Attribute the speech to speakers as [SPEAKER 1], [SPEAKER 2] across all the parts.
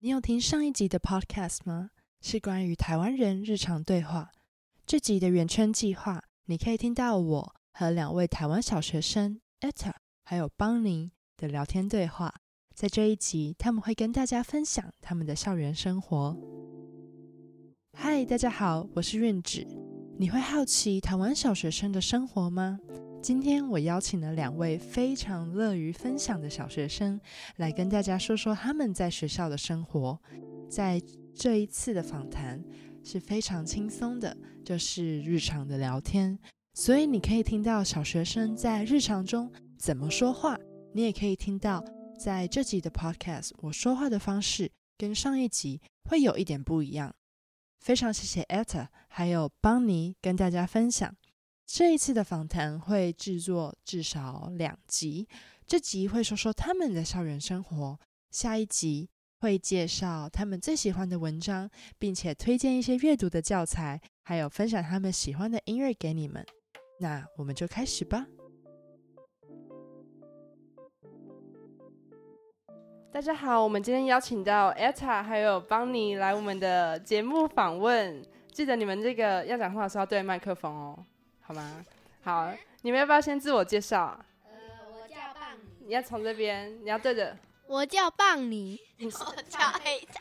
[SPEAKER 1] 你有听上一集的 Podcast 吗？是关于台湾人日常对话。这集的圆圈计划，你可以听到我和两位台湾小学生 ETA 还有邦尼的聊天对话。在这一集，他们会跟大家分享他们的校园生活。嗨，大家好，我是韵芷。你会好奇台湾小学生的生活吗？今天我邀请了两位非常乐于分享的小学生，来跟大家说说他们在学校的生活。在这一次的访谈是非常轻松的，就是日常的聊天，所以你可以听到小学生在日常中怎么说话，你也可以听到在这集的 podcast 我说话的方式跟上一集会有一点不一样。非常谢谢 ETA 还有邦尼跟大家分享。这一次的访谈会制作至少两集，这集会说说他们的校园生活，下一集会介绍他们最喜欢的文章，并且推荐一些阅读的教材，还有分享他们喜欢的音乐给你们。那我们就开始吧。
[SPEAKER 2] 大家好，我们今天邀请到 ETA 还有邦尼来我们的节目访问。记得你们这个要讲话的时候要对麦克风哦，好吗？好，啊你们要不要先自我介绍？
[SPEAKER 3] 呃，我叫棒
[SPEAKER 2] 你
[SPEAKER 3] 你，
[SPEAKER 2] 要从这边，你要对着。
[SPEAKER 3] 我叫棒 你，我叫艾达，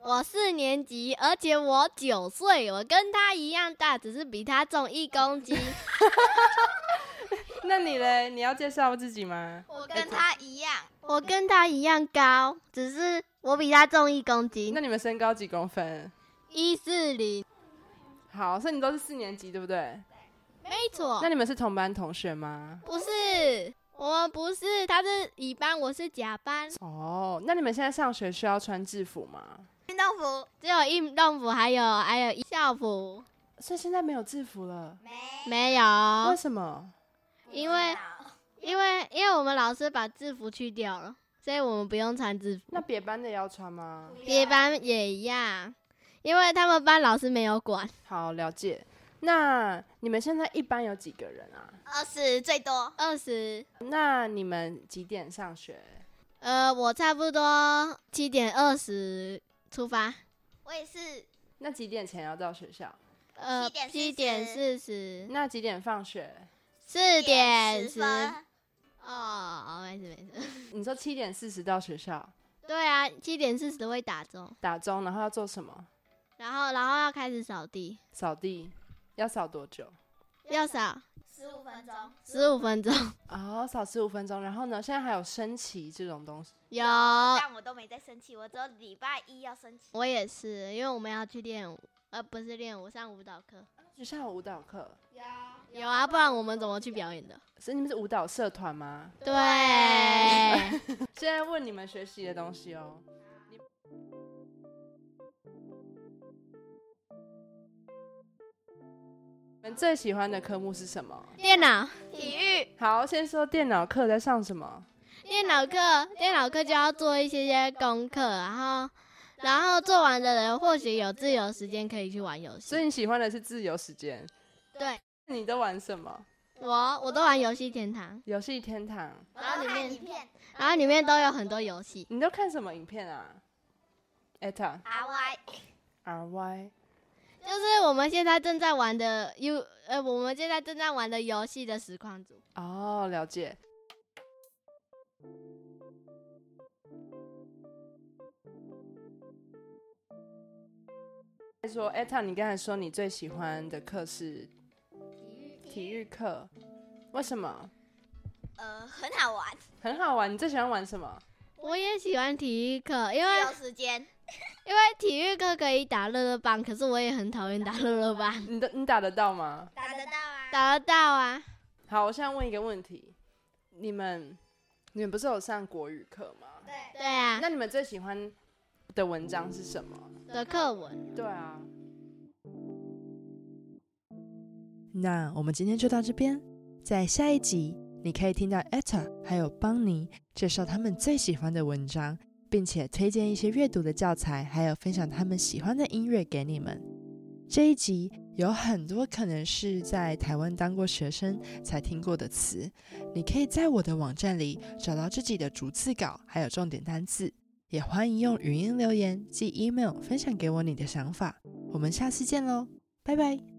[SPEAKER 3] 我四年级，而且我九岁，我跟他一样大，只是比他重一公斤。
[SPEAKER 2] 那你嘞？你要介绍自己吗？
[SPEAKER 3] 我跟他一样，我跟他一样高，只是我比他重一公斤
[SPEAKER 2] 那，你们身高几公分？
[SPEAKER 3] 一四零，
[SPEAKER 2] 好，所以你都是四年级，对不对？
[SPEAKER 3] 没错
[SPEAKER 2] 那，你们是同班同学吗？
[SPEAKER 3] 不是，我们不是，他是乙班，我是甲班，
[SPEAKER 2] 哦，那你们现在上学需要穿制服吗？
[SPEAKER 3] 运动服只有运动服，还有还有校服，
[SPEAKER 2] 所以现在没有制服了，
[SPEAKER 3] 没有，
[SPEAKER 2] 为什么？
[SPEAKER 3] 因为因为因为我们老师把制服去掉了，所以我们不用穿制服。
[SPEAKER 2] 那别班的要穿吗？
[SPEAKER 3] 别班也一样，因为他们班老师没有管。
[SPEAKER 2] 好，了解。那你们现在一班有几个人啊？
[SPEAKER 3] 二十最多，二十。
[SPEAKER 2] 那你们几点上学？
[SPEAKER 3] 呃，我差不多七点二十出发，
[SPEAKER 4] 我也是，
[SPEAKER 2] 那几点前要到学校？
[SPEAKER 3] 呃，七点
[SPEAKER 4] 7:40
[SPEAKER 3] 四十，
[SPEAKER 2] 那几点放学？
[SPEAKER 3] 四点
[SPEAKER 4] 点
[SPEAKER 3] 十。
[SPEAKER 4] 分，
[SPEAKER 3] 哦，没事没事。
[SPEAKER 2] 你说七点四十到学校
[SPEAKER 3] 对啊，七点四十会打钟，
[SPEAKER 2] 打钟，然后要做什么？
[SPEAKER 3] 然后然后要开始扫地，
[SPEAKER 2] 扫地，要扫多久？
[SPEAKER 3] 要扫
[SPEAKER 4] 十五分钟，
[SPEAKER 3] 十五分钟。
[SPEAKER 2] 哦，扫十五分钟。然后呢？现在还有升旗这种东西。
[SPEAKER 3] 有，
[SPEAKER 4] 但我都没在生气，我只有礼拜一要生气。
[SPEAKER 3] 我也是，因为我们要去练舞，呃，不是练舞，上舞蹈课。
[SPEAKER 2] 学校有舞蹈课，
[SPEAKER 3] 有啊，不然我们怎么去表演的？
[SPEAKER 2] 所以你们是舞蹈社团吗？
[SPEAKER 3] 对，
[SPEAKER 2] 现在问你们学习的东西哦。你们最喜欢的科目是什么？
[SPEAKER 3] 电脑，
[SPEAKER 4] 体育，
[SPEAKER 2] 好，先说电脑课在上什么？
[SPEAKER 3] 电脑课，电脑课就要做一些些功课，然后，然后做完的人或许有自由时间可以去玩游戏。
[SPEAKER 2] 所以你喜欢的是自由时间。
[SPEAKER 3] 对，
[SPEAKER 2] 你都玩什么？
[SPEAKER 3] 我我都玩游戏天堂，
[SPEAKER 2] 游戏天堂。
[SPEAKER 4] 然后
[SPEAKER 3] 里
[SPEAKER 4] 看
[SPEAKER 3] 面
[SPEAKER 4] 影片
[SPEAKER 3] 然后里面都有很多游戏。
[SPEAKER 2] 你都看什么影片啊？ETA
[SPEAKER 4] ，R Y，
[SPEAKER 2] R Y。
[SPEAKER 3] 就是我们现在正在玩的 U，呃，我们现在正在玩的游戏的实况组。
[SPEAKER 2] 哦，了解。再说，ETA，你刚才说你最喜欢的课是体育课，为什么？
[SPEAKER 4] 呃，很好玩，
[SPEAKER 2] 很好玩。你最喜欢玩什么？
[SPEAKER 3] 我也喜欢体育课，因
[SPEAKER 4] 自
[SPEAKER 3] 为
[SPEAKER 4] 由时间，
[SPEAKER 3] 因为体育课可以打乐乐棒，可是我也很讨厌打乐乐棒，
[SPEAKER 2] 你的你打得到吗？
[SPEAKER 4] 打得到啊，
[SPEAKER 3] 打得到啊。
[SPEAKER 2] 好，我现在问一个问题，你们你们不是有上国语课吗？
[SPEAKER 4] 对，
[SPEAKER 3] 对啊，
[SPEAKER 2] 那你们最喜欢的文章是什么？
[SPEAKER 3] 的课文。
[SPEAKER 2] 对啊，
[SPEAKER 1] 那我们今天就到这边，在下一集你可以听到 ETA 还有邦尼介绍他们最喜欢的文章，并且推荐一些阅读的教材，还有分享他们喜欢的音乐给你们。这一集有很多可能是在台湾当过学生才听过的词，你可以在我的网站里找到自己的逐字稿，还有重点单字，也欢迎用语音留言、寄 email 分享给我你的想法。我们下次见喽，拜拜。